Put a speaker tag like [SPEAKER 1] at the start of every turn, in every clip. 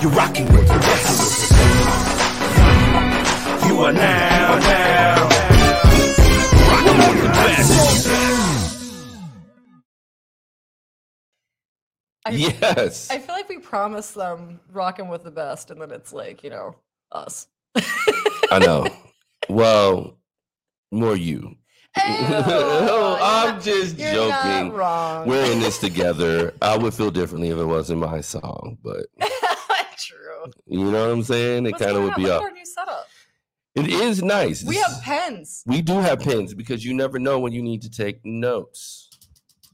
[SPEAKER 1] You're rocking with the wrestlers. You are now, now, rocking with the best.
[SPEAKER 2] I,
[SPEAKER 3] Yes.
[SPEAKER 2] I feel like we promised them rocking with the best, and then it's like, you know, us.
[SPEAKER 3] I know. Well, more you.
[SPEAKER 2] Ayo,
[SPEAKER 3] Oh, I'm
[SPEAKER 2] you're
[SPEAKER 3] just
[SPEAKER 2] not- you're not
[SPEAKER 3] joking.
[SPEAKER 2] wrong.
[SPEAKER 3] We're in this together. I would feel differently if it wasn't my song, but
[SPEAKER 2] True.
[SPEAKER 3] you know what I'm saying? It
[SPEAKER 2] What's
[SPEAKER 3] kind of
[SPEAKER 2] going
[SPEAKER 3] would
[SPEAKER 2] on?
[SPEAKER 3] be
[SPEAKER 2] Look at
[SPEAKER 3] up.
[SPEAKER 2] Our new setup.
[SPEAKER 3] It is nice.
[SPEAKER 2] We
[SPEAKER 3] This
[SPEAKER 2] have
[SPEAKER 3] is-
[SPEAKER 2] pens.
[SPEAKER 3] we do have pens because you never know when you need to take notes.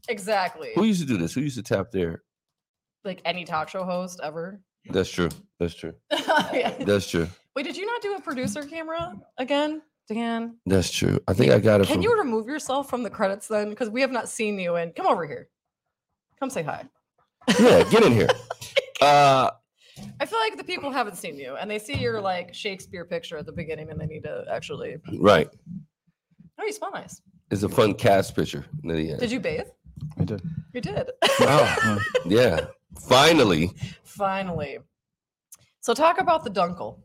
[SPEAKER 2] Exactly.
[SPEAKER 3] Who used to do this? Who used to tap there?
[SPEAKER 2] like any talk show host ever.
[SPEAKER 3] That's true. That's true.
[SPEAKER 2] Yeah.
[SPEAKER 3] That's true.
[SPEAKER 2] Wait, did you not do a producer camera again, Dan?
[SPEAKER 3] That's true. I think I got it
[SPEAKER 2] Can
[SPEAKER 3] from
[SPEAKER 2] you remove yourself from the credits then? Because we have not seen you. And come over here. Come say hi.
[SPEAKER 3] Yeah, get in here. Uh
[SPEAKER 2] I feel like the people haven't seen you, and they see your like Shakespeare picture at the beginning, and they need to actually.
[SPEAKER 3] right.
[SPEAKER 2] Oh, you smell nice.
[SPEAKER 3] It's a fun cast picture. Yeah.
[SPEAKER 2] Did you bathe?
[SPEAKER 4] I did.
[SPEAKER 2] You did.
[SPEAKER 3] Wow. yeah. Finally.
[SPEAKER 2] Finally. So talk about the dunkel.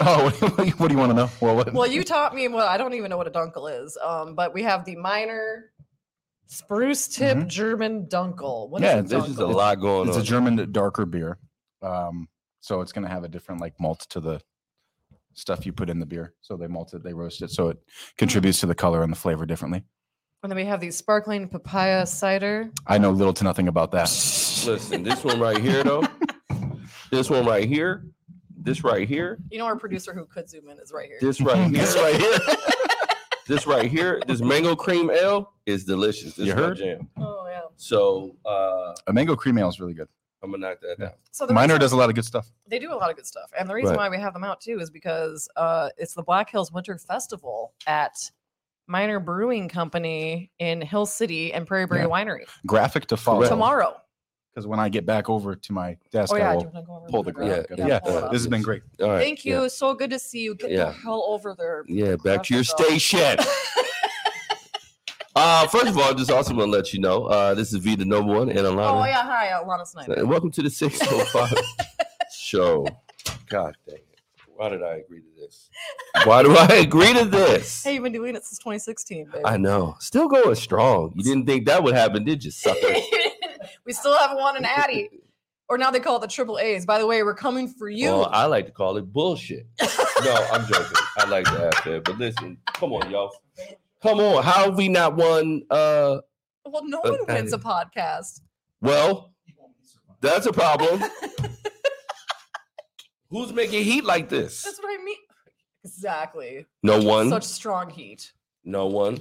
[SPEAKER 4] Oh, what do you, what do you want to know? Well, what?
[SPEAKER 2] Well, you taught me what I don't even know what a dunkel is. Um, but we have the minor spruce tip
[SPEAKER 4] Mhm.
[SPEAKER 2] German dunkel. What is
[SPEAKER 4] Yeah,
[SPEAKER 2] a
[SPEAKER 3] There's just a
[SPEAKER 2] dunkel?
[SPEAKER 3] lot going
[SPEAKER 4] it's
[SPEAKER 3] on.
[SPEAKER 4] a German darker beer, um, so it's going to have a different like malt to the stuff you put in the beer. So they malt it, they roast it, so it contributes to the color and the flavor differently.
[SPEAKER 2] And then we have the sparkling papaya cider.
[SPEAKER 4] I know little to nothing about that.
[SPEAKER 3] Listen, this one right here though. this one right here. This right here.
[SPEAKER 2] You know our producer who could zoom in is right here.
[SPEAKER 3] This right here.
[SPEAKER 4] This
[SPEAKER 3] right here. this right here. This mango cream ale is delicious. This
[SPEAKER 4] You
[SPEAKER 3] is my
[SPEAKER 4] heard?
[SPEAKER 3] jam.
[SPEAKER 2] Oh yeah.
[SPEAKER 3] So uh
[SPEAKER 4] A mango cream ale is really good.
[SPEAKER 3] I'm gonna knock that down.
[SPEAKER 2] So the
[SPEAKER 4] Minor
[SPEAKER 2] reason-
[SPEAKER 4] does a lot of good stuff.
[SPEAKER 2] they do a lot of good stuff. And the reason
[SPEAKER 3] Right.
[SPEAKER 2] why we have them out too is because uh, it's the Black Hills Winter Festival at Minor Brewing Company in Hill City and Prairie Berry
[SPEAKER 4] Yeah.
[SPEAKER 2] Winery
[SPEAKER 4] Graphic to follow.
[SPEAKER 3] Correct.
[SPEAKER 2] tomorrow.
[SPEAKER 4] Because when I get back over to my desk,
[SPEAKER 2] Oh
[SPEAKER 4] I
[SPEAKER 2] yeah, do you
[SPEAKER 4] will.
[SPEAKER 2] wanna go over and
[SPEAKER 4] pull the
[SPEAKER 2] grab it?
[SPEAKER 3] graphic up.
[SPEAKER 2] Yeah,
[SPEAKER 4] Yeah,
[SPEAKER 2] pull it up.
[SPEAKER 4] This has been great.
[SPEAKER 3] All right.
[SPEAKER 2] Thank you.
[SPEAKER 3] Yeah.
[SPEAKER 2] So good to see you. Get
[SPEAKER 3] Yeah.
[SPEAKER 2] the hell over there.
[SPEAKER 3] Yeah, back to your
[SPEAKER 2] Graphic up.
[SPEAKER 3] station. uh, first of all, just also want to let you know uh, this is V the Noble One and
[SPEAKER 2] Oh
[SPEAKER 3] Alana.
[SPEAKER 2] yeah, hi, Alana Snyder.
[SPEAKER 3] And welcome to the 605 show. God dang it. Why did I agree to this? Why do I agree to this?
[SPEAKER 2] Hey, you've been doing it since 2016, baby.
[SPEAKER 3] I know. Still going strong. You didn't think that would happen, did you, sucker?
[SPEAKER 2] we still haven't won an Addy, or now they call it the Triple A's. By the way, we're coming for you.
[SPEAKER 3] Well, I like to call it bullshit. no, I'm joking. I like to have that. But listen, come on, y'all. Come on. How have we not won uh
[SPEAKER 2] well, no
[SPEAKER 3] uh,
[SPEAKER 2] one wins a
[SPEAKER 3] Addy.
[SPEAKER 2] podcast.
[SPEAKER 3] Well, that's a problem. Who's making heat like
[SPEAKER 2] That's
[SPEAKER 3] this?
[SPEAKER 2] what I mean. Exactly.
[SPEAKER 3] No one.
[SPEAKER 2] Such strong heat.
[SPEAKER 3] no one.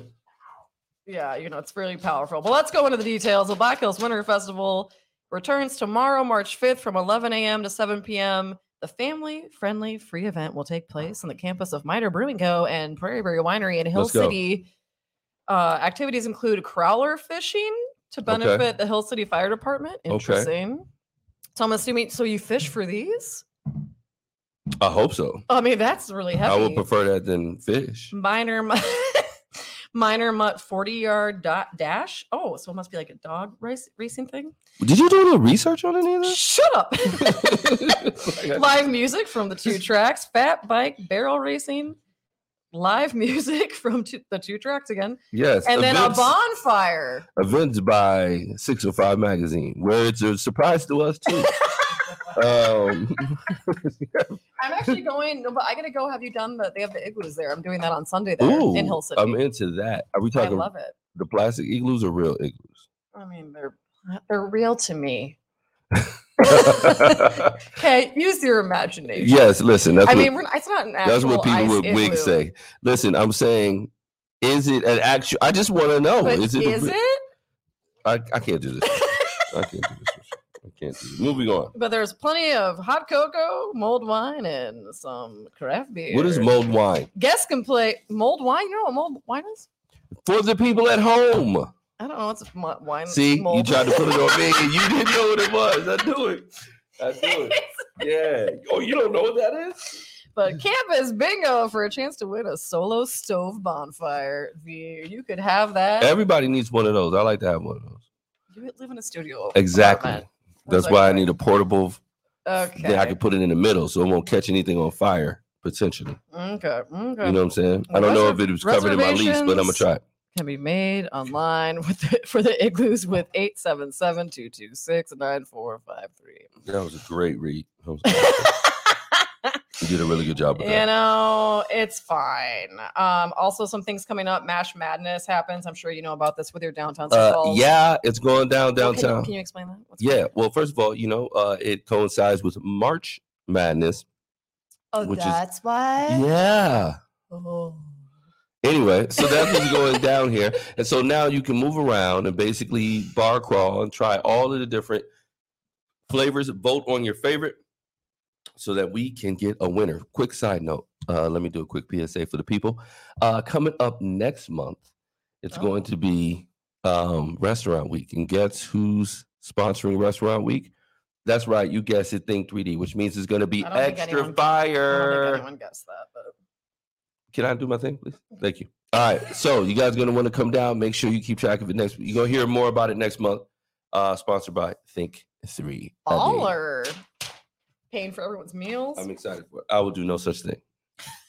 [SPEAKER 2] Yeah, you know, it's really powerful. But let's go into the details. The Black Hills Winter Festival returns tomorrow, March 5th from 11 a.m. to 7 p.m. The family friendly free event will take place on the campus of Miter Brewing Co. and Prairie Berry Winery in Hill
[SPEAKER 3] Let's go.
[SPEAKER 2] City. Uh, activities include crowler fishing to benefit the Hill City Fire Department.
[SPEAKER 3] Okay.
[SPEAKER 2] Interesting. So I'm assuming, so you fish for these?
[SPEAKER 3] I hope so.
[SPEAKER 2] I mean, that's really heavy.
[SPEAKER 3] I would prefer that than fish.
[SPEAKER 2] Minor mu- minor mutt 40 yard dot dash. Oh, so it must be like a dog race racing thing.
[SPEAKER 3] Did you do any research on any of this?
[SPEAKER 2] Shut up.
[SPEAKER 3] Like, I-
[SPEAKER 2] live music from the two tracks, fat bike barrel racing. Live music from two, the two tracks again,
[SPEAKER 3] yes.
[SPEAKER 2] and then a
[SPEAKER 3] events,
[SPEAKER 2] bonfire.
[SPEAKER 3] events by 605 Magazine, where it's a surprise to us, too. um,
[SPEAKER 2] I'm actually going. No, but I gotta go. Have you done the? They have the igloos there. I'm doing that on Sunday there
[SPEAKER 3] ooh,
[SPEAKER 2] in Hill City.
[SPEAKER 3] I'm into that. Are we
[SPEAKER 2] I
[SPEAKER 3] talking
[SPEAKER 2] love it.
[SPEAKER 3] the plastic igloos or real
[SPEAKER 2] I mean, they're they're real to me.
[SPEAKER 3] igloos?
[SPEAKER 2] Okay, use your imagination.
[SPEAKER 3] yes, listen. That's
[SPEAKER 2] I
[SPEAKER 3] what,
[SPEAKER 2] mean, we're, it's not an actual.
[SPEAKER 3] That's what people
[SPEAKER 2] ice
[SPEAKER 3] with wigs
[SPEAKER 2] igloo.
[SPEAKER 3] say. Listen, I'm saying, is it an actual? I just want to know.
[SPEAKER 2] But
[SPEAKER 3] Oh, is it? a
[SPEAKER 2] is
[SPEAKER 3] re-
[SPEAKER 2] it?
[SPEAKER 3] I, I can't do this. I can't do this. I can't do this. Moving on.
[SPEAKER 2] But there's plenty of hot cocoa, mulled wine, and some craft beer.
[SPEAKER 3] What is mulled wine
[SPEAKER 2] Guests can play mulled wine. You know what mulled wine is?
[SPEAKER 3] for the people at home?
[SPEAKER 2] I don't know what's mu- wine.
[SPEAKER 3] See, you
[SPEAKER 2] mulled.
[SPEAKER 3] tried to put it on me, and you didn't know what it was. I do it. I do it. Yeah. Oh, you don't know what that is?
[SPEAKER 2] but campus bingo for a chance to win a solo stove bonfire. The you could have that.
[SPEAKER 3] Everybody needs one of those. I like to have one of those.
[SPEAKER 2] you live in a studio.
[SPEAKER 3] Exactly.
[SPEAKER 2] apartment.
[SPEAKER 3] That's
[SPEAKER 2] Like,
[SPEAKER 3] why I need a portable
[SPEAKER 2] Okay.
[SPEAKER 3] Then I could put it in the middle so it won't catch anything on fire potentially.
[SPEAKER 2] okay. Okay.
[SPEAKER 3] You know what I'm saying? I don't know if it was covered in my lease, but I'm gonna
[SPEAKER 2] Reservations?
[SPEAKER 3] try. it.
[SPEAKER 2] can be made online with the, for the igloos with 877 226 9453.
[SPEAKER 3] That was a great read. That was a great read. you did a really good job with
[SPEAKER 2] You
[SPEAKER 3] that.
[SPEAKER 2] know, it's fine. Um, also, some things coming up. Mash Madness happens. I'm sure you know about this with your downtown. St.
[SPEAKER 3] Uh,
[SPEAKER 2] Paul.
[SPEAKER 3] yeah, it's going down
[SPEAKER 2] Well, can you-
[SPEAKER 3] downtown.
[SPEAKER 2] Can, you explain that? What's going
[SPEAKER 3] Yeah. Well, first of all, you know, uh, it coincides with March Madness.
[SPEAKER 2] on? Oh,
[SPEAKER 3] which is-
[SPEAKER 2] that's why.
[SPEAKER 3] Yeah.
[SPEAKER 2] Oh.
[SPEAKER 3] Anyway, so that's what's going down here. And so now you can move around and basically bar crawl and try all of the different flavors. Vote on your favorite so that we can get a winner. Quick side note. Uh, let me do a quick PSA for the people. Uh, coming up next month,
[SPEAKER 2] Oh.
[SPEAKER 3] it's going to be um, Restaurant Week. And guess who's sponsoring Restaurant Week? That's right. You guessed it, Think 3D, which means it's going to be
[SPEAKER 2] I don't think
[SPEAKER 3] extra
[SPEAKER 2] anyone- I
[SPEAKER 3] fire.
[SPEAKER 2] don't think anyone guessed that, but
[SPEAKER 3] Can I do my thing, please? Thank you. All right. So you guys gonna want to come down. Make sure you keep track of it next. You're gonna hear more about it next month. Uh, sponsored by Think Three. I mean,
[SPEAKER 2] baller paying for everyone's meals.
[SPEAKER 3] I'm excited for it. I will do no such thing.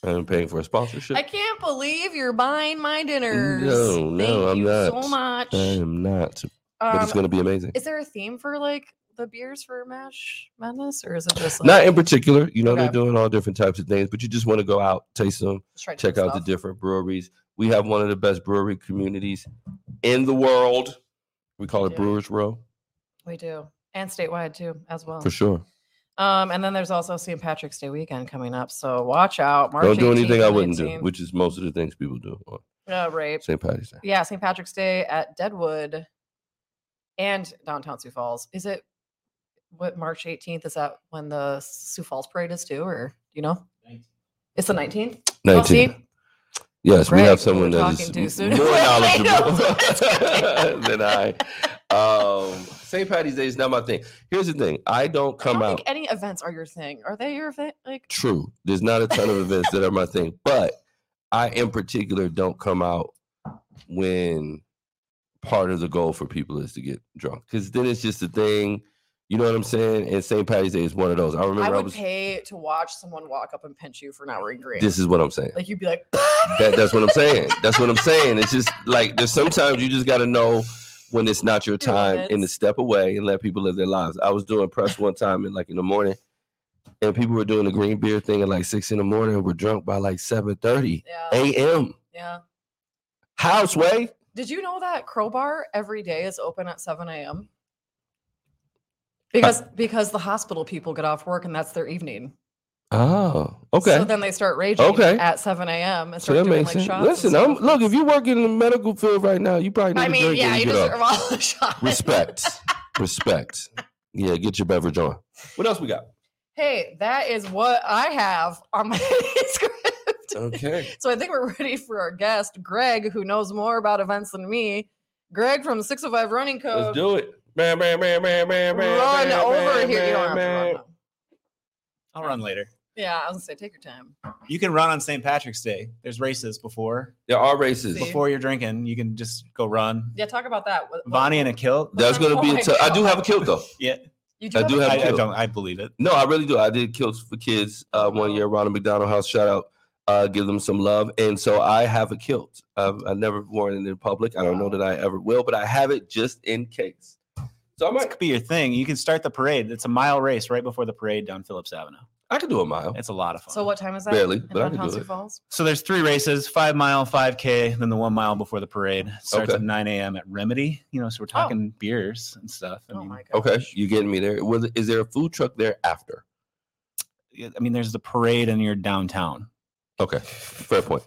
[SPEAKER 3] I'm paying for a sponsorship.
[SPEAKER 2] I can't believe you're buying my dinners.
[SPEAKER 3] No, no,
[SPEAKER 2] Thank
[SPEAKER 3] I'm
[SPEAKER 2] you So
[SPEAKER 3] not.
[SPEAKER 2] much.
[SPEAKER 3] I am not, but
[SPEAKER 2] Um,
[SPEAKER 3] it's gonna be amazing.
[SPEAKER 2] Is there a theme for like the beers for Mash Madness, or is it just like,
[SPEAKER 3] Not in particular. You know,
[SPEAKER 2] Okay.
[SPEAKER 3] they're doing all different types of things, but you just want to go out, taste them,
[SPEAKER 2] just try
[SPEAKER 3] check
[SPEAKER 2] different
[SPEAKER 3] out the
[SPEAKER 2] stuff?
[SPEAKER 3] different breweries. We have one of the best brewery communities in the world. We call it
[SPEAKER 2] Yeah.
[SPEAKER 3] Brewers Row
[SPEAKER 2] We do, and statewide too, as well.
[SPEAKER 3] for sure.
[SPEAKER 2] Um, and then there's also St. Patrick's Day weekend coming up, so watch out. March
[SPEAKER 3] Don't do
[SPEAKER 2] 18th
[SPEAKER 3] anything I
[SPEAKER 2] and
[SPEAKER 3] wouldn't do,
[SPEAKER 2] 19th.
[SPEAKER 3] which is most of the things people do on
[SPEAKER 2] Uh, right.
[SPEAKER 3] St. Patty's Day.
[SPEAKER 2] Yeah, St. Patrick's Day at Deadwood and downtown Sioux Falls. Is it what March 18th? Is that when the Sioux Falls parade is too, or do you know? It's the 19th. Oh, see?
[SPEAKER 3] 19. Yes,
[SPEAKER 2] Greg,
[SPEAKER 3] we
[SPEAKER 2] we were
[SPEAKER 3] have someone that
[SPEAKER 2] talking too
[SPEAKER 3] is
[SPEAKER 2] soon.
[SPEAKER 3] m- more
[SPEAKER 2] I know,
[SPEAKER 3] knowledgeable
[SPEAKER 2] that's good.
[SPEAKER 3] than I. Um, St. Patty's Day is not my thing. Here's the thing: I don't
[SPEAKER 2] I
[SPEAKER 3] come
[SPEAKER 2] don't
[SPEAKER 3] out.
[SPEAKER 2] think any events are your thing. Are they your thing? Like,
[SPEAKER 3] True, there's not a ton of events that are my thing, but I, in particular, don't come out when part of the goal for people is to get drunk, because then it's just a thing. You know what I'm saying? And St. Patty's Day is one of those. I remember
[SPEAKER 2] I
[SPEAKER 3] I,
[SPEAKER 2] would
[SPEAKER 3] was.
[SPEAKER 2] pay to watch someone walk up and pinch you for not wearing green.
[SPEAKER 3] This is what I'm saying.
[SPEAKER 2] like you'd be like,
[SPEAKER 3] That, that's what I'm saying. That's what I'm saying. It's just like there's sometimes you just got to know when it's not your
[SPEAKER 2] Your
[SPEAKER 3] time and to
[SPEAKER 2] limits.
[SPEAKER 3] step away and let people live their lives. I was doing press one time in like in the morning, and people were doing the green beer thing at like six in the morning. and We're drunk by like seven thirty
[SPEAKER 2] yeah,
[SPEAKER 3] a.m.
[SPEAKER 2] yeah.
[SPEAKER 3] Houseway.
[SPEAKER 2] Did you know that Crowbar every day is open at 7 a.m. because because the hospital people get off work and that's their evening.
[SPEAKER 3] Oh, okay.
[SPEAKER 2] So then they start raging
[SPEAKER 3] Okay.
[SPEAKER 2] at 7 a.m. and
[SPEAKER 3] So
[SPEAKER 2] start
[SPEAKER 3] that
[SPEAKER 2] doing
[SPEAKER 3] makes
[SPEAKER 2] like
[SPEAKER 3] sense.
[SPEAKER 2] shots. and
[SPEAKER 3] Listen,
[SPEAKER 2] stuff.
[SPEAKER 3] I'm, look, if you work in the medical field right now, you probably need
[SPEAKER 2] I
[SPEAKER 3] a
[SPEAKER 2] mean,
[SPEAKER 3] drink
[SPEAKER 2] yeah,
[SPEAKER 3] when
[SPEAKER 2] you
[SPEAKER 3] you get off.
[SPEAKER 2] deserve all the shots.
[SPEAKER 3] Respect, respect. Yeah, get your beverage on. What else we got?
[SPEAKER 2] Hey, that is what I have on my script.
[SPEAKER 3] Okay.
[SPEAKER 2] So I think we're ready for our guest, Greg, who knows more about events than me. Greg from 605 Running Code.
[SPEAKER 3] Let's do it. Man, man, man, man, man, man.
[SPEAKER 2] Um, run
[SPEAKER 3] man,
[SPEAKER 2] over
[SPEAKER 3] man,
[SPEAKER 2] here. you don't have to run.
[SPEAKER 3] man, man.
[SPEAKER 2] though.
[SPEAKER 5] I'll run later.
[SPEAKER 2] Yeah, I was gonna say take your time.
[SPEAKER 5] You can run on St. Patrick's Day. There's races before.
[SPEAKER 3] There are races.
[SPEAKER 2] See?
[SPEAKER 5] Before you're drinking, you can just go run.
[SPEAKER 2] Yeah, talk about that. What- what-
[SPEAKER 5] Bonnie in a kilt.
[SPEAKER 3] That's gonna be.
[SPEAKER 2] Oh
[SPEAKER 3] A
[SPEAKER 2] my
[SPEAKER 3] t- I do have a kilt though.
[SPEAKER 5] Yeah,
[SPEAKER 2] You do
[SPEAKER 3] I
[SPEAKER 2] have
[SPEAKER 3] do
[SPEAKER 2] a-
[SPEAKER 3] have
[SPEAKER 5] I,
[SPEAKER 3] a
[SPEAKER 5] I
[SPEAKER 3] kilt.
[SPEAKER 5] don't. I believe it.
[SPEAKER 3] No, I really do. I did kilts for kids uh, one year. Ronald McDonald House shout out. Uh, give them some love. And so I have a kilt. I've, I've never worn it in public. I don't know that I ever will, but I have it just in case. So I
[SPEAKER 5] This
[SPEAKER 3] might.
[SPEAKER 5] could be your thing. You can start the parade. It's a mile race right before the parade down Phillips Avenue.
[SPEAKER 3] I could do a mile.
[SPEAKER 5] It's a lot of fun.
[SPEAKER 2] So what time is that?
[SPEAKER 3] Barely,
[SPEAKER 2] in
[SPEAKER 3] but I can
[SPEAKER 2] downtown
[SPEAKER 3] do
[SPEAKER 2] Sioux
[SPEAKER 3] it.
[SPEAKER 2] Falls?
[SPEAKER 5] So there's three races: five mile, five k, then the one mile before the parade It starts
[SPEAKER 3] Okay.
[SPEAKER 5] at 9 a.m. at Remedy. You know, so we're talking beers and stuff. I
[SPEAKER 2] Oh
[SPEAKER 5] mean,
[SPEAKER 2] my god.
[SPEAKER 3] Okay, you getting me there? Was is there a food truck there after?
[SPEAKER 5] yeah, I mean, there's the parade and you're downtown.
[SPEAKER 3] Okay, fair point.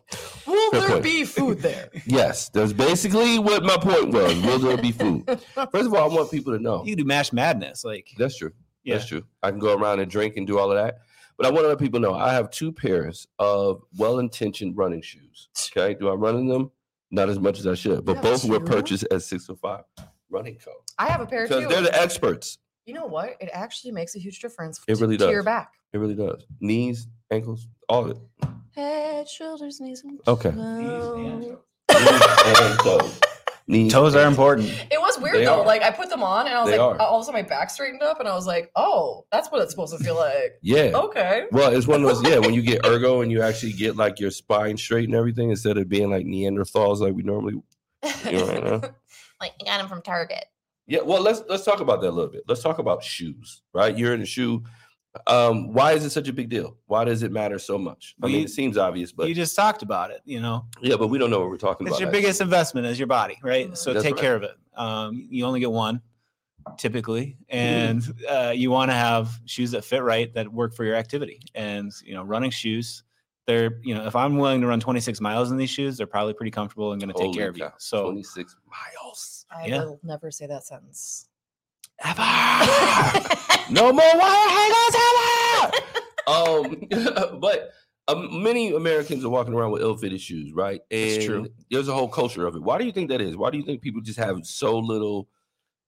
[SPEAKER 2] Will
[SPEAKER 3] Fair
[SPEAKER 2] there
[SPEAKER 3] point.
[SPEAKER 2] be food there?
[SPEAKER 3] Yes, that's basically what my point was. Will there be food? First of all, I want people to know.
[SPEAKER 5] You can do Mash Madness, like
[SPEAKER 3] That's true.
[SPEAKER 5] yeah.
[SPEAKER 3] That's true. I can go around and drink and do all of that. But I want to let people know I have two pairs of well intentioned running shoes. Okay. Do I run in them? Not as much as I should,
[SPEAKER 2] You
[SPEAKER 3] but
[SPEAKER 2] have
[SPEAKER 3] both were
[SPEAKER 2] two?
[SPEAKER 3] purchased at 605 Running Co.
[SPEAKER 2] I have a pair
[SPEAKER 3] Because
[SPEAKER 2] too.
[SPEAKER 3] they're the experts.
[SPEAKER 2] you know what? It actually makes a huge difference.
[SPEAKER 3] It
[SPEAKER 2] to-
[SPEAKER 3] really
[SPEAKER 2] to
[SPEAKER 3] does.
[SPEAKER 2] your back.
[SPEAKER 3] It really does. Knees, ankles, all of it.
[SPEAKER 2] Head, shoulders, knees, and
[SPEAKER 3] Okay.
[SPEAKER 5] Knees and
[SPEAKER 2] toes.
[SPEAKER 5] toes.
[SPEAKER 3] Knees and toes. knees.
[SPEAKER 5] Toes are important.
[SPEAKER 2] It was weird
[SPEAKER 3] They
[SPEAKER 2] though.
[SPEAKER 3] are.
[SPEAKER 2] Like I put them on and I was
[SPEAKER 3] They
[SPEAKER 2] like,
[SPEAKER 3] are.
[SPEAKER 2] all of a sudden my back straightened up and I was like, oh, that's what it's supposed to feel like.
[SPEAKER 3] Yeah.
[SPEAKER 5] Oh.
[SPEAKER 2] Okay.
[SPEAKER 3] Well, it's one of those, yeah, when you get ergo and you actually get like your spine straight and everything instead of being like Neanderthals like we normally right now.
[SPEAKER 2] like I got them from Target.
[SPEAKER 3] Yeah, well, let's let's talk about that a little bit. Let's talk about shoes, right? You're in a shoe. Um, why is it such a big deal? Why does it matter so much? I mean,
[SPEAKER 5] We-
[SPEAKER 3] it seems obvious, but
[SPEAKER 5] you just talked about it. You know,
[SPEAKER 3] yeah, but we don't know what we're talking
[SPEAKER 5] it's
[SPEAKER 3] about.
[SPEAKER 5] your
[SPEAKER 3] actually.
[SPEAKER 5] biggest investment is your body, right? So
[SPEAKER 3] That's
[SPEAKER 5] take
[SPEAKER 3] right.
[SPEAKER 5] care of it. Um, you only get one, typically, and
[SPEAKER 3] Mm-hmm.
[SPEAKER 5] uh, you want to have shoes that fit right, that work for your activity. And you know, running shoes, they're you know, if I'm willing to run 26 miles in these shoes, they're probably pretty comfortable and going to take
[SPEAKER 3] Holy
[SPEAKER 5] care of you.
[SPEAKER 3] cow,
[SPEAKER 5] So
[SPEAKER 3] 26 miles.
[SPEAKER 2] I
[SPEAKER 5] Yeah.
[SPEAKER 2] will never say that sentence.
[SPEAKER 3] Ever. no more wire hangers ever. um, but um, many Americans are walking around with ill-fitted shoes, right? And
[SPEAKER 5] That's true.
[SPEAKER 3] There's a whole culture of it. Why do you think that is? Why do you think people just have so little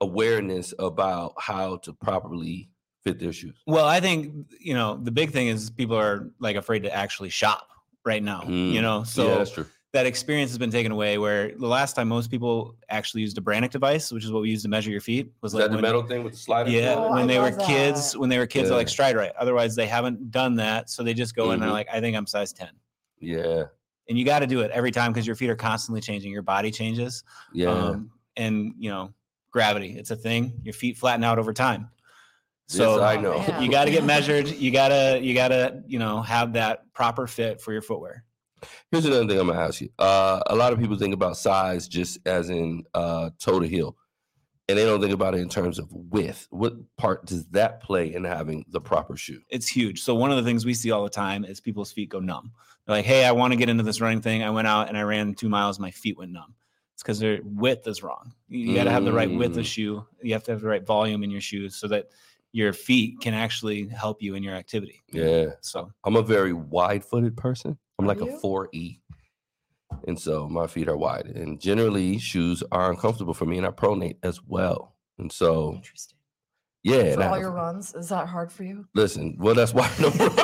[SPEAKER 3] awareness about how to properly fit their shoes?
[SPEAKER 5] Well, I think you know the big thing is people are like afraid to actually shop right now.
[SPEAKER 3] Mm,
[SPEAKER 5] You know, so
[SPEAKER 3] yeah, that's true.
[SPEAKER 5] that experience has been taken away. Where the last time most people actually used a Brannock device, which is what we use to measure your feet, was
[SPEAKER 3] Is
[SPEAKER 5] like
[SPEAKER 3] that the
[SPEAKER 5] when-
[SPEAKER 3] metal thing with the slider?
[SPEAKER 5] Yeah,
[SPEAKER 2] Oh, I
[SPEAKER 5] when they were
[SPEAKER 2] love that.
[SPEAKER 5] kids, when they were kids, they're like
[SPEAKER 3] Yeah.
[SPEAKER 5] stride right. Otherwise, they haven't done that, so they just go in and
[SPEAKER 3] Mhm.
[SPEAKER 5] they're like, I think I'm size ten.
[SPEAKER 3] Yeah,
[SPEAKER 5] And you got to do it every time because your feet are constantly changing, your body changes,
[SPEAKER 3] yeah.
[SPEAKER 5] um, and you know gravity. It's a thing. Your feet flatten out over time.
[SPEAKER 3] This
[SPEAKER 5] So
[SPEAKER 3] I
[SPEAKER 2] Oh,
[SPEAKER 3] know.
[SPEAKER 2] man.
[SPEAKER 5] you got to get measured you gotta you gotta you know have that proper fit for your footwear
[SPEAKER 3] Here's another thing I'm gonna ask you. Uh, a lot of people think about size just as in uh, toe to heel, and they don't think about it in terms of width. What part does that play in having the proper shoe?
[SPEAKER 5] it's huge so one of the things we see all the time is people's feet go numb they're like hey i want to get into this running thing i went out and i ran two miles my feet went numb it's because their width is wrong you you gotta have the right width
[SPEAKER 3] Mm.
[SPEAKER 5] of shoe you have to have the right volume in your shoes so that your feet can actually help you in your activity
[SPEAKER 3] Yeah,
[SPEAKER 5] so
[SPEAKER 3] I'm a very wide-footed person. I'm
[SPEAKER 2] Are
[SPEAKER 3] like
[SPEAKER 2] you?
[SPEAKER 3] a four E, and so my feet are wide, and generally shoes are uncomfortable for me, and I pronate as well. And so,
[SPEAKER 2] Interesting.
[SPEAKER 3] yeah, and
[SPEAKER 2] For
[SPEAKER 3] I
[SPEAKER 2] all
[SPEAKER 3] have-
[SPEAKER 2] your runs, is that hard for you?
[SPEAKER 3] Listen, well, that's why I don't run.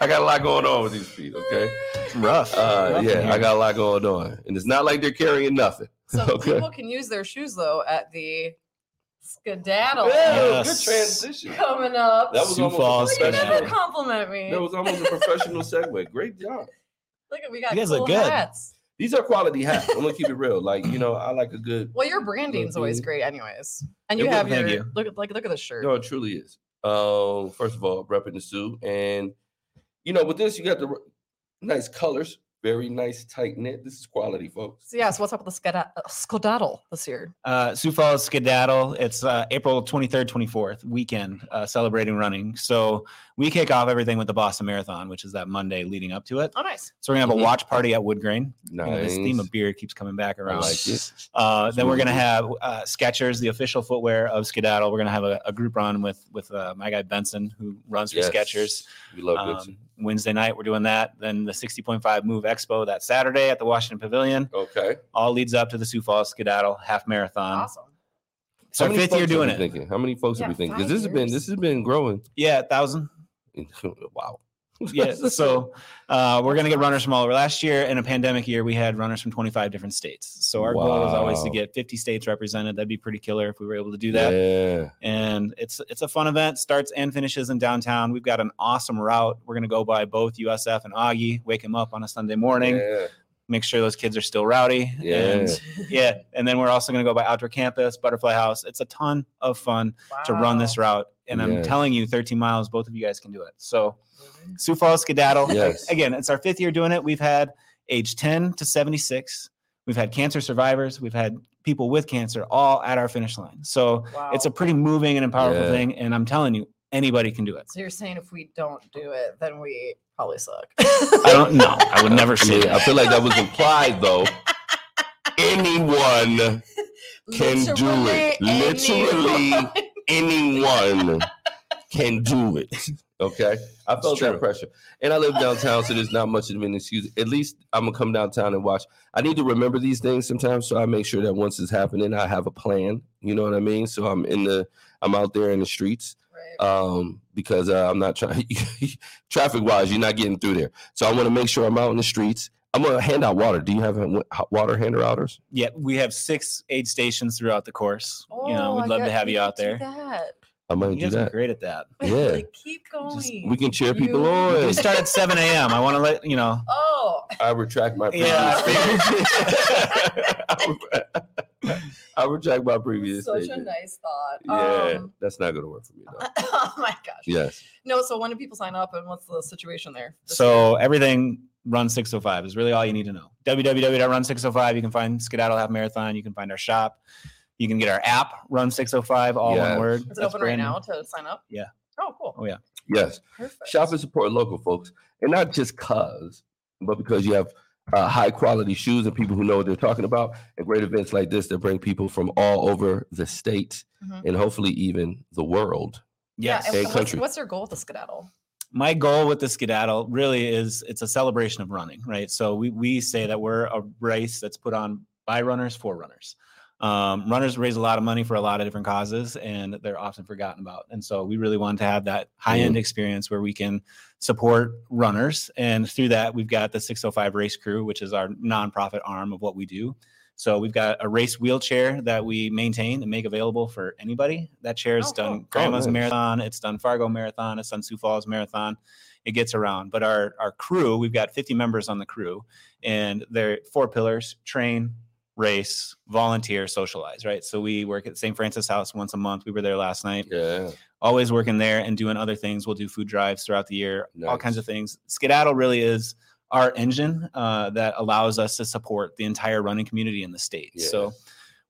[SPEAKER 3] I got a lot going on with these feet. Okay.
[SPEAKER 5] it's rough
[SPEAKER 3] Uh,
[SPEAKER 5] Rough in
[SPEAKER 3] yeah, I
[SPEAKER 5] here.
[SPEAKER 3] got a lot going on, and it's not like they're carrying nothing.
[SPEAKER 2] So
[SPEAKER 3] Okay.
[SPEAKER 2] people can use their shoes though at the skedaddle
[SPEAKER 5] Yeah.
[SPEAKER 3] good
[SPEAKER 5] Yes.
[SPEAKER 3] transition.
[SPEAKER 2] coming up.
[SPEAKER 3] That was
[SPEAKER 5] Sioux
[SPEAKER 3] almost
[SPEAKER 5] Falls
[SPEAKER 3] a
[SPEAKER 2] Look, you never
[SPEAKER 5] special.
[SPEAKER 3] professional.
[SPEAKER 2] compliment me.
[SPEAKER 3] That was almost a professional segue. Great job.
[SPEAKER 2] Look at we got
[SPEAKER 5] You guys
[SPEAKER 2] cool
[SPEAKER 5] look good.
[SPEAKER 2] hats.
[SPEAKER 3] These are quality hats. I'm gonna keep it real. Like you know, I like a good.
[SPEAKER 2] Well, your branding's always great, anyways. And you
[SPEAKER 3] Yeah,
[SPEAKER 2] have
[SPEAKER 5] well,
[SPEAKER 2] your
[SPEAKER 5] thank
[SPEAKER 2] look at like look at the shirt.
[SPEAKER 3] No, it truly is. Um, first of all, repping the suit, and you know, with this you got the r- nice colors, very nice tight knit. This is quality, folks.
[SPEAKER 2] So yeah, so what's up with the skeda- uh, skedaddle this year?
[SPEAKER 5] uh, Sioux Falls Skedaddle. It's uh, April 23rd, 24th weekend, uh, celebrating running. So we kick off everything with the Boston Marathon, which is that Monday leading up to it.
[SPEAKER 2] Oh, nice.
[SPEAKER 5] So we're gonna have
[SPEAKER 3] Mhm.
[SPEAKER 5] a watch party at Wood Grain. You
[SPEAKER 3] Nice.
[SPEAKER 5] know, this theme of beer keeps coming back
[SPEAKER 3] I
[SPEAKER 5] around.
[SPEAKER 3] like it.
[SPEAKER 5] Uh, then we're gonna
[SPEAKER 3] Mm-hmm.
[SPEAKER 5] have uh, Skechers, the official footwear of Skedaddle. We're gonna have a, a group run with with uh, my guy Benson, who runs for
[SPEAKER 3] Yes.
[SPEAKER 5] Skechers.
[SPEAKER 3] We love good.
[SPEAKER 5] Um, Wednesday night, we're doing that. Then the 60.5 Move Expo that Saturday at the Washington Pavilion.
[SPEAKER 3] Okay.
[SPEAKER 5] All leads up to the Sioux Falls Skedaddle Half Marathon.
[SPEAKER 2] awesome.
[SPEAKER 5] It's our
[SPEAKER 3] How many
[SPEAKER 5] fifth year
[SPEAKER 3] folks are we
[SPEAKER 5] doing it.
[SPEAKER 3] Thinking? How many folks
[SPEAKER 2] Yeah,
[SPEAKER 3] are we thinking?
[SPEAKER 2] five
[SPEAKER 3] Because this has been
[SPEAKER 2] years.
[SPEAKER 3] this has been growing.
[SPEAKER 5] Yeah, a thousand.
[SPEAKER 3] wow.
[SPEAKER 5] Yeah. So uh, we're going to get runners from all over. Last year, in a pandemic year, we had runners from 25 different states. So our goal was always to
[SPEAKER 3] Wow.
[SPEAKER 5] get 50 states represented. That'd be pretty killer if we were able to do that.
[SPEAKER 3] Yeah.
[SPEAKER 5] And it's it's a fun event. Starts and finishes in downtown. We've got an awesome route. We're going to go by both USF and Augie. Wake them up on a Sunday morning.
[SPEAKER 3] Yeah.
[SPEAKER 5] Make sure those kids are still rowdy.
[SPEAKER 3] Yeah.
[SPEAKER 5] And yeah. And then we're also going to go by Outdoor Campus, Butterfly House. It's a ton of fun to run this route. And
[SPEAKER 3] Yeah.
[SPEAKER 5] I'm telling you, 13 miles, both of you guys can do it. So
[SPEAKER 2] round.
[SPEAKER 5] Sioux Falls Skedaddle. A-
[SPEAKER 3] Yes.
[SPEAKER 5] Again, it's our fifth year doing it. We've had age 10 to 76. We've had cancer survivors. We've had people with cancer all at our finish line. So
[SPEAKER 2] Wow.
[SPEAKER 5] it's a pretty moving and powerful
[SPEAKER 3] Yeah.
[SPEAKER 5] thing. And I'm telling you, anybody can do it.
[SPEAKER 2] So you're saying if we don't do it, then we probably suck.
[SPEAKER 5] I don't know. I would never say
[SPEAKER 3] mean, I
[SPEAKER 5] that.
[SPEAKER 3] feel like that was implied though. Anyone, can do it.
[SPEAKER 2] anyone.
[SPEAKER 3] anyone can do it. Okay. I felt that
[SPEAKER 5] true.
[SPEAKER 3] pressure. And I live downtown, so there's not much of an excuse. At least I'm gonna come downtown and watch. I need to remember these things sometimes, so I make sure that once it's happening, I have a plan. You know what I mean? So I'm in the I'm out there in the streets.
[SPEAKER 2] Right.
[SPEAKER 3] um, because uh, I'm not trying traffic wise, you're not getting through there. So I want to make sure I'm out in the streets. I'm gonna hand out water. Do you have a- hot water hander outers?
[SPEAKER 5] Yeah, we have six aid stations throughout the course.
[SPEAKER 2] Oh,
[SPEAKER 5] you know, we'd
[SPEAKER 2] I
[SPEAKER 5] love to
[SPEAKER 2] got-
[SPEAKER 5] have
[SPEAKER 2] we
[SPEAKER 5] you
[SPEAKER 2] could
[SPEAKER 5] out
[SPEAKER 2] do
[SPEAKER 5] there.
[SPEAKER 2] that.
[SPEAKER 3] I might
[SPEAKER 5] You
[SPEAKER 3] do
[SPEAKER 5] guys are
[SPEAKER 3] that.
[SPEAKER 5] great at that.
[SPEAKER 3] Yeah.
[SPEAKER 2] Like, keep going.
[SPEAKER 3] We can cheer people
[SPEAKER 2] You-
[SPEAKER 3] on.
[SPEAKER 5] We start at 7 a.m. I want to let you know.
[SPEAKER 2] oh,
[SPEAKER 3] I retract my previous.
[SPEAKER 5] Yeah,
[SPEAKER 3] statement. I retract my previous.
[SPEAKER 2] such a
[SPEAKER 3] statement.
[SPEAKER 2] nice thought.
[SPEAKER 3] Yeah,
[SPEAKER 2] Um,
[SPEAKER 3] that's not gonna work for me though.
[SPEAKER 2] oh my gosh.
[SPEAKER 3] Yes.
[SPEAKER 2] No, so when do people sign up and what's the situation there? This
[SPEAKER 5] So everything Run 605 is really all you need to know. www.run605. You can find Skedaddle Half Marathon. You can find our shop. You can get our app, Run 605, all
[SPEAKER 3] Yes.
[SPEAKER 5] one word.
[SPEAKER 2] year? is it
[SPEAKER 5] That's
[SPEAKER 2] open right
[SPEAKER 5] brand new.
[SPEAKER 2] now to sign up?
[SPEAKER 5] Yeah.
[SPEAKER 2] Oh, cool.
[SPEAKER 5] Oh, yeah.
[SPEAKER 3] Yes.
[SPEAKER 2] Perfect.
[SPEAKER 3] Shop and support local folks, and not just cause, but because you have uh, high quality shoes and people who know what they're talking about, and great events like this that bring people from all over the state
[SPEAKER 2] Mhm.
[SPEAKER 3] and hopefully even the world.
[SPEAKER 5] Yes.
[SPEAKER 2] Yeah,
[SPEAKER 3] Hey,
[SPEAKER 2] and what's,
[SPEAKER 3] country.
[SPEAKER 2] what's your goal with the skedaddle?
[SPEAKER 5] my goal with the skedaddle really is it's a celebration of running right so we, we say that we're a race that's put on by runners for runners um, runners raise a lot of money for a lot of different causes and they're often forgotten about and so we really want to have that high
[SPEAKER 2] Mm-hmm.
[SPEAKER 5] end experience where we can support runners and through that we've got the 605 race crew which is our nonprofit arm of what we do so we've got a race wheelchair that we maintain and make available for anybody. That chair has
[SPEAKER 2] Oh, cool.
[SPEAKER 5] done Grandma's
[SPEAKER 3] Oh, nice.
[SPEAKER 5] Marathon, it's done Fargo Marathon, it's done Sioux Falls Marathon. It gets around. But our our crew, we've got 50 members on the crew, and they're four pillars: train, race, volunteer, socialize. Right. So we work at St. Francis House once a month. We were there last night
[SPEAKER 3] Yeah.
[SPEAKER 5] always working there and doing other things. We'll do food drives throughout the year, all
[SPEAKER 3] Nice.
[SPEAKER 5] kinds of things. Skedaddle really is our engine uh, that allows us to support the entire running community in the state.
[SPEAKER 3] Yeah.
[SPEAKER 5] So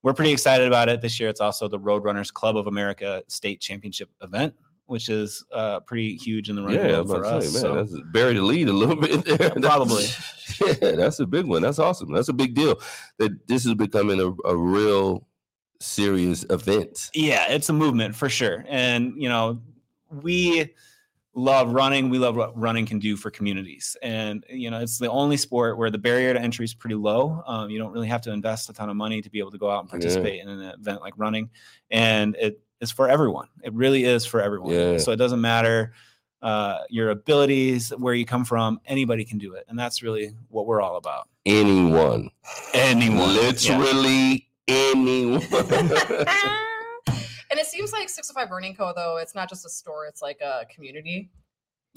[SPEAKER 5] we're pretty excited about it this year. It's also the Roadrunners Club of America State Championship event, which is uh, pretty huge in the running
[SPEAKER 3] Yeah, I
[SPEAKER 5] world
[SPEAKER 3] was
[SPEAKER 5] for
[SPEAKER 3] about to
[SPEAKER 5] us.
[SPEAKER 3] say,
[SPEAKER 5] so
[SPEAKER 3] man, that's buried the lead a little bit there. That's-
[SPEAKER 5] Probably.
[SPEAKER 3] yeah, that's a big one. That's awesome. That's a big deal. That this is becoming a, a real serious event.
[SPEAKER 5] yeah, it's a movement for sure. And you know, we love running. We love what running can do for communities. And you know, it's the only sport where the barrier to entry is pretty low. Um, you don't really have to invest a ton of money to be able to go out and
[SPEAKER 3] Yeah.
[SPEAKER 5] participate in an event like running. And it is for everyone. It really is for everyone.
[SPEAKER 3] Yeah.
[SPEAKER 5] So it doesn't matter uh, your abilities, where you come from. Anybody can do it, and that's really what we're all about.
[SPEAKER 3] Anyone,
[SPEAKER 5] Anyone, Yeah.
[SPEAKER 3] literally anyone.
[SPEAKER 2] and it seems like 605 Burning Co. though, it's not just a store, it's like a community.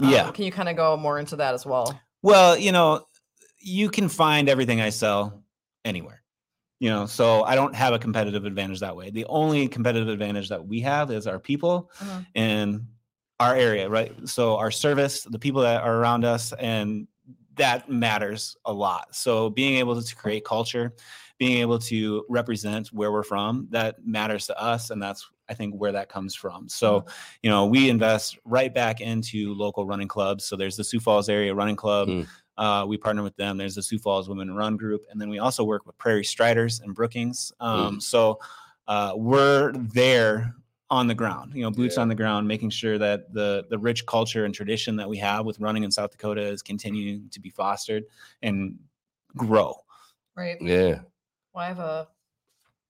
[SPEAKER 2] Um,
[SPEAKER 5] yeah.
[SPEAKER 2] Can you kind of go more into that as well?
[SPEAKER 5] Well, you know, you can find everything I sell anywhere. You know, so I don't have a competitive advantage that way. The only competitive advantage that we have is our people
[SPEAKER 2] Mhm.
[SPEAKER 5] and our area, right? So our service, the people that are around us, and that matters a lot. So being able to create culture, being able to represent where we're from, that matters to us, and that's I think where that comes from. So you know, we invest right back into local running clubs. So there's the Sioux Falls area running club.
[SPEAKER 3] Mm.
[SPEAKER 5] Uh, we partner with them. There's the Sioux Falls Women Run Group, and then we also work with Prairie Striders and Brookings. Um, So uh, we're there on the ground, you know, boots
[SPEAKER 3] Yeah.
[SPEAKER 5] on the ground, making sure that the the rich culture and tradition that we have with running in South Dakota is continuing to be fostered and grow.
[SPEAKER 2] Right.
[SPEAKER 3] yeah.
[SPEAKER 2] Well, I have a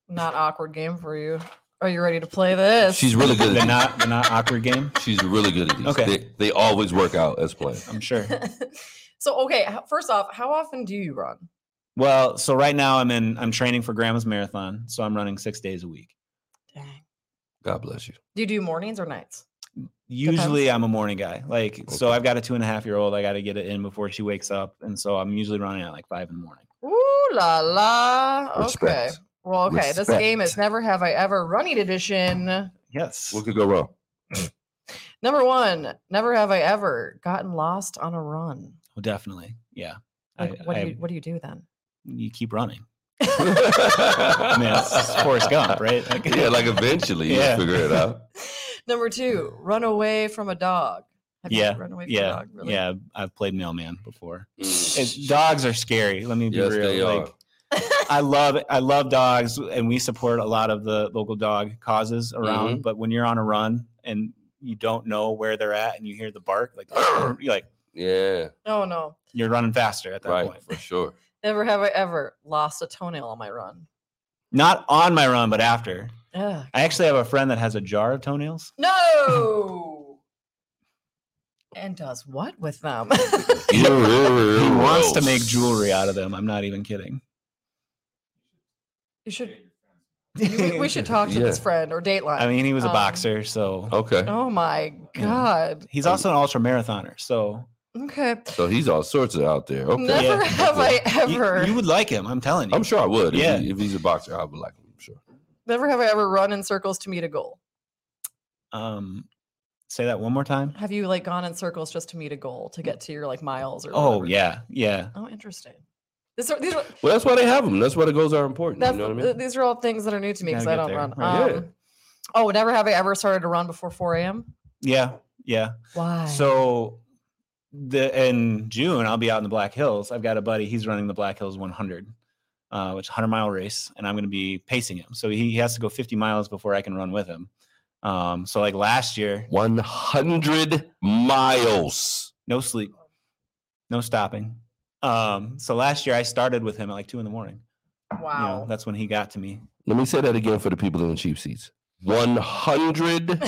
[SPEAKER 2] not awkward game for you. Are you ready to play this?
[SPEAKER 3] She's really good
[SPEAKER 5] The
[SPEAKER 3] at
[SPEAKER 5] not the not awkward game,
[SPEAKER 3] these. She's really good at these.
[SPEAKER 5] Okay.
[SPEAKER 3] They, they always work out as planned.
[SPEAKER 5] I'm sure.
[SPEAKER 2] so okay, h- first off, how often do you run?
[SPEAKER 5] Well, so right now I'm in I'm training for Grandma's marathon, so I'm running six days a week.
[SPEAKER 3] God bless you.
[SPEAKER 2] Do you do mornings or nights?
[SPEAKER 5] Usually I'm a morning guy. Like so
[SPEAKER 3] Okay.
[SPEAKER 5] I've got a two and a half year old. I gotta get it in before she wakes up. And so I'm usually running at like five in the morning.
[SPEAKER 2] Ooh la la. Okay.
[SPEAKER 3] Respect.
[SPEAKER 2] Well, okay. This game is
[SPEAKER 3] Respect.
[SPEAKER 2] Never Have I Ever Running Edition.
[SPEAKER 5] Yes.
[SPEAKER 3] What could go wrong?
[SPEAKER 2] Number one, never have I ever gotten lost on a run.
[SPEAKER 5] Well, definitely. Yeah. I,
[SPEAKER 2] Like, what
[SPEAKER 5] I-
[SPEAKER 2] do you what do you do then?
[SPEAKER 5] you keep running. I
[SPEAKER 3] I
[SPEAKER 5] mean it's, it's Forrest Gump, right? Like-
[SPEAKER 3] Yeah, like eventually
[SPEAKER 5] Yeah.
[SPEAKER 3] you figure it out.
[SPEAKER 2] Number two, run away from a dog. Have you
[SPEAKER 5] Yeah,
[SPEAKER 2] run away from a
[SPEAKER 5] yeah.
[SPEAKER 2] dog? Really?
[SPEAKER 5] Yeah. I've played mailman before.
[SPEAKER 3] yes,
[SPEAKER 5] It, dogs are scary. Let me be real.
[SPEAKER 3] Mm. they
[SPEAKER 5] like
[SPEAKER 3] are.
[SPEAKER 5] I love I love dogs, and we support a lot of the local dog causes around.
[SPEAKER 3] Mm-hmm.
[SPEAKER 5] But when you're on a run and you don't know where they're at, and you hear the bark, like you're like
[SPEAKER 3] Yeah,
[SPEAKER 2] Oh no.
[SPEAKER 5] you're running faster at that
[SPEAKER 3] right,
[SPEAKER 5] point.
[SPEAKER 3] for sure.
[SPEAKER 2] Never have I ever lost a toenail on my run.
[SPEAKER 5] Not on my run, but after.
[SPEAKER 2] Ugh.
[SPEAKER 5] I actually have a friend that has a jar of toenails.
[SPEAKER 2] No. and does what with them?
[SPEAKER 5] He wants to
[SPEAKER 3] Gross.
[SPEAKER 5] make jewelry out of them. I'm not even kidding.
[SPEAKER 2] you should. We, we should talk to this
[SPEAKER 3] Yeah.
[SPEAKER 2] friend or Dateline.
[SPEAKER 5] I mean, he was a
[SPEAKER 2] Um,
[SPEAKER 5] boxer, so
[SPEAKER 3] Okay,
[SPEAKER 2] oh my god.
[SPEAKER 5] he's also an ultra marathoner. So
[SPEAKER 2] Okay.
[SPEAKER 3] so he's all sorts of out there. Okay,
[SPEAKER 2] Never
[SPEAKER 5] Yeah.
[SPEAKER 2] have I
[SPEAKER 5] you,
[SPEAKER 2] ever.
[SPEAKER 5] you would like him. I'm telling you.
[SPEAKER 3] I'm sure I would. If,
[SPEAKER 5] Yeah.
[SPEAKER 3] he- if he's a boxer, I would like him. I'm sure.
[SPEAKER 2] Never have I ever run in circles to meet a goal.
[SPEAKER 5] Um, say that one more time.
[SPEAKER 2] Have you like gone in circles just to meet a goal to get to your like miles or?
[SPEAKER 5] Oh
[SPEAKER 2] whatever?
[SPEAKER 5] yeah, yeah.
[SPEAKER 2] Oh, interesting. These are, these are,
[SPEAKER 3] Well, that's why they have them. That's why the goals are important.
[SPEAKER 2] that's,
[SPEAKER 3] you know what I
[SPEAKER 2] th-
[SPEAKER 3] mean?
[SPEAKER 2] these are all things that are new to me
[SPEAKER 5] Gotta
[SPEAKER 2] because I
[SPEAKER 5] get
[SPEAKER 2] don't
[SPEAKER 5] there,
[SPEAKER 2] run.
[SPEAKER 5] right.
[SPEAKER 3] Yeah.
[SPEAKER 2] Um, oh, never have I ever started to run before 4 a.m.
[SPEAKER 5] Yeah, yeah.
[SPEAKER 2] Why?
[SPEAKER 5] So the in June I'll be out in the Black Hills. I've got a buddy. He's running the Black Hills 100, uh, which 100 mile race, and I'm going to be pacing him. So he, he has to go 50 miles before I can run with him. Um, so like last year,
[SPEAKER 3] 100 miles.
[SPEAKER 5] no sleep, no stopping. Um, so last year I started with him at like two in the morning. You know,
[SPEAKER 2] wow.
[SPEAKER 5] that's when he got to me.
[SPEAKER 3] Let me say that again for the people in the cheap seats. 100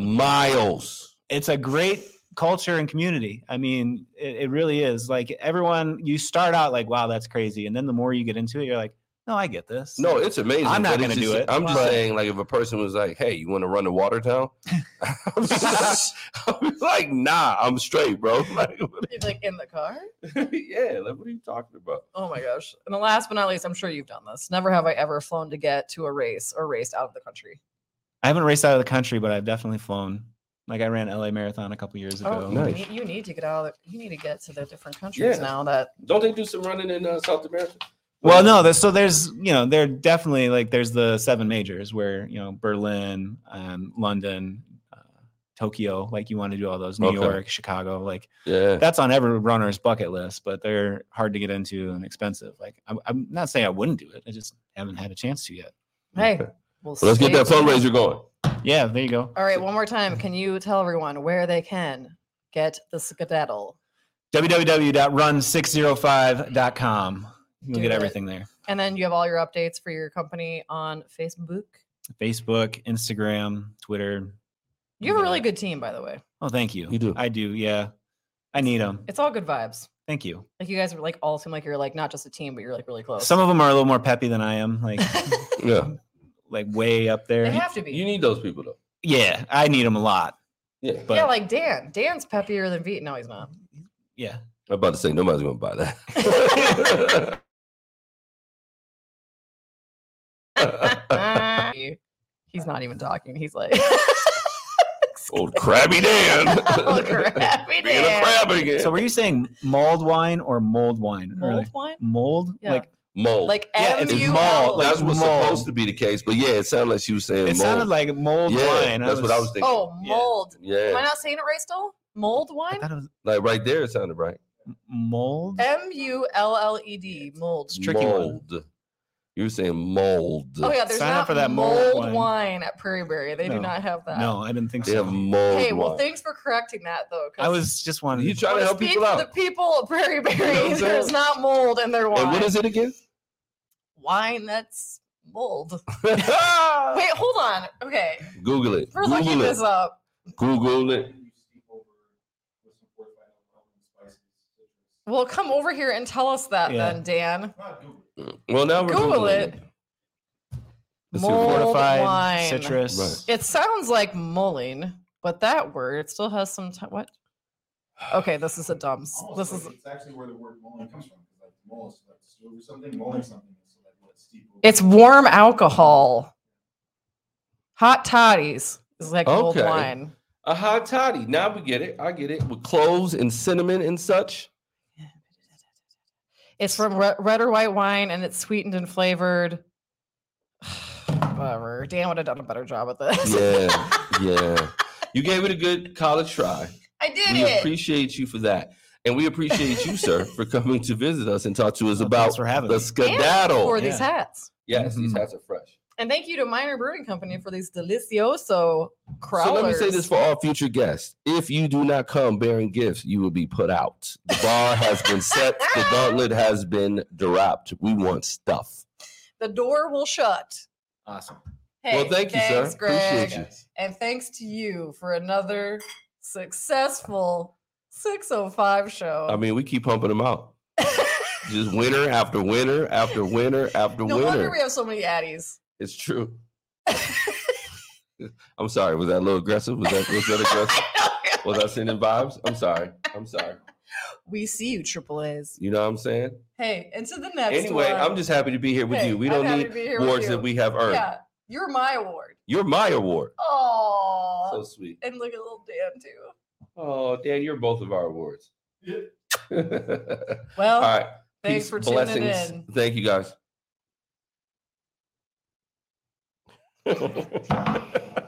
[SPEAKER 3] miles.
[SPEAKER 5] it's a great culture and community. I mean, it, it really is. Like everyone, you start out like, "Wow, that's crazy," and then the more you get into it, you're like, "No, I get this."
[SPEAKER 3] No, it's amazing.
[SPEAKER 5] I'm not
[SPEAKER 3] but it's
[SPEAKER 5] gonna
[SPEAKER 3] just-
[SPEAKER 5] do it.
[SPEAKER 3] I'm just
[SPEAKER 5] But-
[SPEAKER 3] saying, like, if a person was like, "Hey, you want to run to Watertown?" I'm just- I'm like, nah, I'm straight, bro. Like, what-
[SPEAKER 2] You're, like in the car?
[SPEAKER 3] yeah, like, what are you talking about?
[SPEAKER 2] Oh my gosh. And the last but not least, I'm sure you've done this. Never have I ever flown to get to a race or raced out of the country.
[SPEAKER 5] I haven't raced out of the country, but I've definitely flown. Like I ran LA Marathon a couple years ago.
[SPEAKER 2] Oh,
[SPEAKER 3] nice.
[SPEAKER 2] you, need, you need to get out of the, you need to get to the different countries
[SPEAKER 3] Yeah.
[SPEAKER 2] now that
[SPEAKER 3] Don't they do some running in uh, South America?
[SPEAKER 5] Well, no, there's, so there's you know there definitely like there's the seven majors where you know Berlin, um, London, uh, Tokyo. Like you want to do all those, New
[SPEAKER 3] Okay.
[SPEAKER 5] York, Chicago. Like
[SPEAKER 3] Yeah,
[SPEAKER 5] that's on every runner's bucket list, but they're hard to get into and expensive. Like I'm, I'm not saying I wouldn't do it. I just haven't had a chance to yet.
[SPEAKER 2] hey,
[SPEAKER 3] Okay.
[SPEAKER 2] we'll
[SPEAKER 3] Well, let's get
[SPEAKER 2] stay
[SPEAKER 3] that
[SPEAKER 2] tuned.
[SPEAKER 3] fundraiser going.
[SPEAKER 5] Yeah, there you go.
[SPEAKER 2] All right, one more time. Can you tell everyone where they can get the skedaddle?
[SPEAKER 5] www.run605.com. You'll
[SPEAKER 2] Do
[SPEAKER 5] get
[SPEAKER 2] it.
[SPEAKER 5] everything there.
[SPEAKER 2] And then you have all your updates for your company on Facebook.
[SPEAKER 5] Facebook, Instagram, Twitter.
[SPEAKER 2] You have a
[SPEAKER 5] Yeah.
[SPEAKER 2] really good team, by the way.
[SPEAKER 5] Oh, thank you.
[SPEAKER 3] You do.
[SPEAKER 5] I do. Yeah. I need them.
[SPEAKER 2] It's all good vibes.
[SPEAKER 5] Thank you.
[SPEAKER 2] Like you guys are like all seem like you're like not just a team, but you're like really close.
[SPEAKER 5] Some of them are a little more peppy than I am, like
[SPEAKER 3] Yeah,
[SPEAKER 5] like way up there.
[SPEAKER 2] they have to be.
[SPEAKER 3] you need those people though.
[SPEAKER 5] yeah, I need them a lot.
[SPEAKER 3] Yeah,
[SPEAKER 5] But
[SPEAKER 2] yeah, like Dan. Dan's peppier than Veet. No, he's not.
[SPEAKER 5] yeah.
[SPEAKER 3] I'm about to say nobody's gonna buy that.
[SPEAKER 2] he's not even talking. He's like
[SPEAKER 3] Old crabby Dan.
[SPEAKER 2] Old Krabby
[SPEAKER 3] Being a
[SPEAKER 2] Dan.
[SPEAKER 3] crab again.
[SPEAKER 5] So were you saying mold wine or mold wine? Or
[SPEAKER 2] mold
[SPEAKER 5] like
[SPEAKER 2] wine.
[SPEAKER 5] mold?
[SPEAKER 2] Yeah.
[SPEAKER 5] Like
[SPEAKER 3] mold.
[SPEAKER 2] Like
[SPEAKER 5] Yeah, it's
[SPEAKER 2] M U
[SPEAKER 5] malt,
[SPEAKER 2] L.
[SPEAKER 5] like-
[SPEAKER 3] that's what's
[SPEAKER 5] mold.
[SPEAKER 3] supposed to be the case, but yeah, it sounded like she was saying
[SPEAKER 5] it
[SPEAKER 3] mold.
[SPEAKER 5] sounded like mold
[SPEAKER 3] yeah,
[SPEAKER 5] wine.
[SPEAKER 3] that's what I was thinking.
[SPEAKER 2] Oh,
[SPEAKER 5] Yeah.
[SPEAKER 2] mold. Am I
[SPEAKER 3] Yeah,
[SPEAKER 2] not saying it right still? Mold
[SPEAKER 5] I
[SPEAKER 2] wine?
[SPEAKER 5] thought it was
[SPEAKER 3] like right there, it sounded right.
[SPEAKER 5] mold.
[SPEAKER 2] M U L L E D. Mold.
[SPEAKER 5] It's a tricky one.
[SPEAKER 3] mold. You were saying mold.
[SPEAKER 2] Oh yeah, there's
[SPEAKER 5] Sign up
[SPEAKER 2] not
[SPEAKER 5] for that mold
[SPEAKER 2] mold
[SPEAKER 5] wine.
[SPEAKER 2] wine at Prairie Berry. They do
[SPEAKER 5] No.
[SPEAKER 2] not have that.
[SPEAKER 5] No, I didn't think
[SPEAKER 3] They have
[SPEAKER 5] so.
[SPEAKER 3] mold.
[SPEAKER 2] Hey, well,
[SPEAKER 3] wine.
[SPEAKER 2] thanks for correcting that though. 'cause
[SPEAKER 5] I was just wanting.
[SPEAKER 3] you trying
[SPEAKER 2] wanna
[SPEAKER 3] to help
[SPEAKER 2] speak
[SPEAKER 3] people
[SPEAKER 2] for
[SPEAKER 3] out.
[SPEAKER 2] The people of Prairie Berry,
[SPEAKER 3] what I'm saying?
[SPEAKER 2] there's not mold in their wine.
[SPEAKER 3] and what is it again?
[SPEAKER 2] Wine that's mold. Wait, hold on. Okay,
[SPEAKER 3] Uh, Google it.
[SPEAKER 2] we're looking
[SPEAKER 3] Google it.
[SPEAKER 2] this up.
[SPEAKER 3] Google it.
[SPEAKER 2] Well, come over here and tell us that
[SPEAKER 5] Yeah.
[SPEAKER 2] then, Dan.
[SPEAKER 3] Well, now we're
[SPEAKER 2] Google
[SPEAKER 3] Googling
[SPEAKER 2] it.
[SPEAKER 3] Let's see what-
[SPEAKER 2] Mold
[SPEAKER 5] fortified
[SPEAKER 2] wine.
[SPEAKER 5] citrus.
[SPEAKER 3] Right.
[SPEAKER 2] It sounds like mulling, but that word it still has some. T- what? Okay, this is a dumb. s- This is
[SPEAKER 4] it's actually where the word mulling comes from. Like mull is like stew or something, mulling something is like what steep.
[SPEAKER 2] It's warm alcohol. Hot toddies is like old
[SPEAKER 3] Okay.
[SPEAKER 2] wine.
[SPEAKER 3] A hot toddy. Now we get it. I get it. With cloves and cinnamon and such.
[SPEAKER 2] It's from re- red or white wine, and it's sweetened and flavored. Whatever. Dan would have done a better job at this.
[SPEAKER 3] Yeah. yeah. You gave it a good college try.
[SPEAKER 2] I did
[SPEAKER 3] We
[SPEAKER 2] it.
[SPEAKER 3] appreciate you for that. And we appreciate you, sir, for coming to visit us and talk to us
[SPEAKER 5] Well,
[SPEAKER 3] about
[SPEAKER 5] thanks for having
[SPEAKER 3] the
[SPEAKER 2] And
[SPEAKER 5] me.
[SPEAKER 2] for Mm-hmm.
[SPEAKER 3] skedaddle.
[SPEAKER 2] these hats.
[SPEAKER 3] Yes, these
[SPEAKER 5] Mhm.
[SPEAKER 3] hats are fresh.
[SPEAKER 2] And thank you to Minor Brewing Company for these delicioso crowlers.
[SPEAKER 3] So let me say this for all future guests. If you do not come bearing gifts, you will be put out. The bar has been set, the gauntlet has been dropped. We want stuff.
[SPEAKER 2] the door will shut.
[SPEAKER 5] Awesome.
[SPEAKER 2] Hey,
[SPEAKER 3] well, thank you,
[SPEAKER 2] thanks,
[SPEAKER 3] sir.
[SPEAKER 2] Greg.
[SPEAKER 3] Appreciate you.
[SPEAKER 2] And thanks to you for another successful 605 show.
[SPEAKER 3] I mean, we keep pumping them out. Just winner after winner after winner after
[SPEAKER 2] no wonder
[SPEAKER 3] winner.
[SPEAKER 2] we have so many addies.
[SPEAKER 3] it's true. I'm sorry. Was that a little aggressive? Was that was that aggressive? Was I sending vibes? I'm sorry. I'm sorry.
[SPEAKER 2] we see you, triple A's.
[SPEAKER 3] You know what I'm saying?
[SPEAKER 2] Hey, and to the next
[SPEAKER 3] Anyway,
[SPEAKER 2] one.
[SPEAKER 3] I'm just happy to be here with
[SPEAKER 2] Hey,
[SPEAKER 3] you. We
[SPEAKER 2] I'm
[SPEAKER 3] don't
[SPEAKER 2] happy
[SPEAKER 3] need
[SPEAKER 2] to be here with
[SPEAKER 3] awards
[SPEAKER 2] you.
[SPEAKER 3] that we have earned.
[SPEAKER 2] Yeah, you're my award.
[SPEAKER 3] You're my award.
[SPEAKER 2] Oh,
[SPEAKER 3] So sweet.
[SPEAKER 2] and look at little Dan too.
[SPEAKER 3] Oh, Dan, you're both of our awards.
[SPEAKER 2] Well,
[SPEAKER 3] All right.
[SPEAKER 2] Oh, thanks
[SPEAKER 3] Peace,
[SPEAKER 2] for tuning
[SPEAKER 3] blessings.
[SPEAKER 2] in.
[SPEAKER 3] Thank you guys.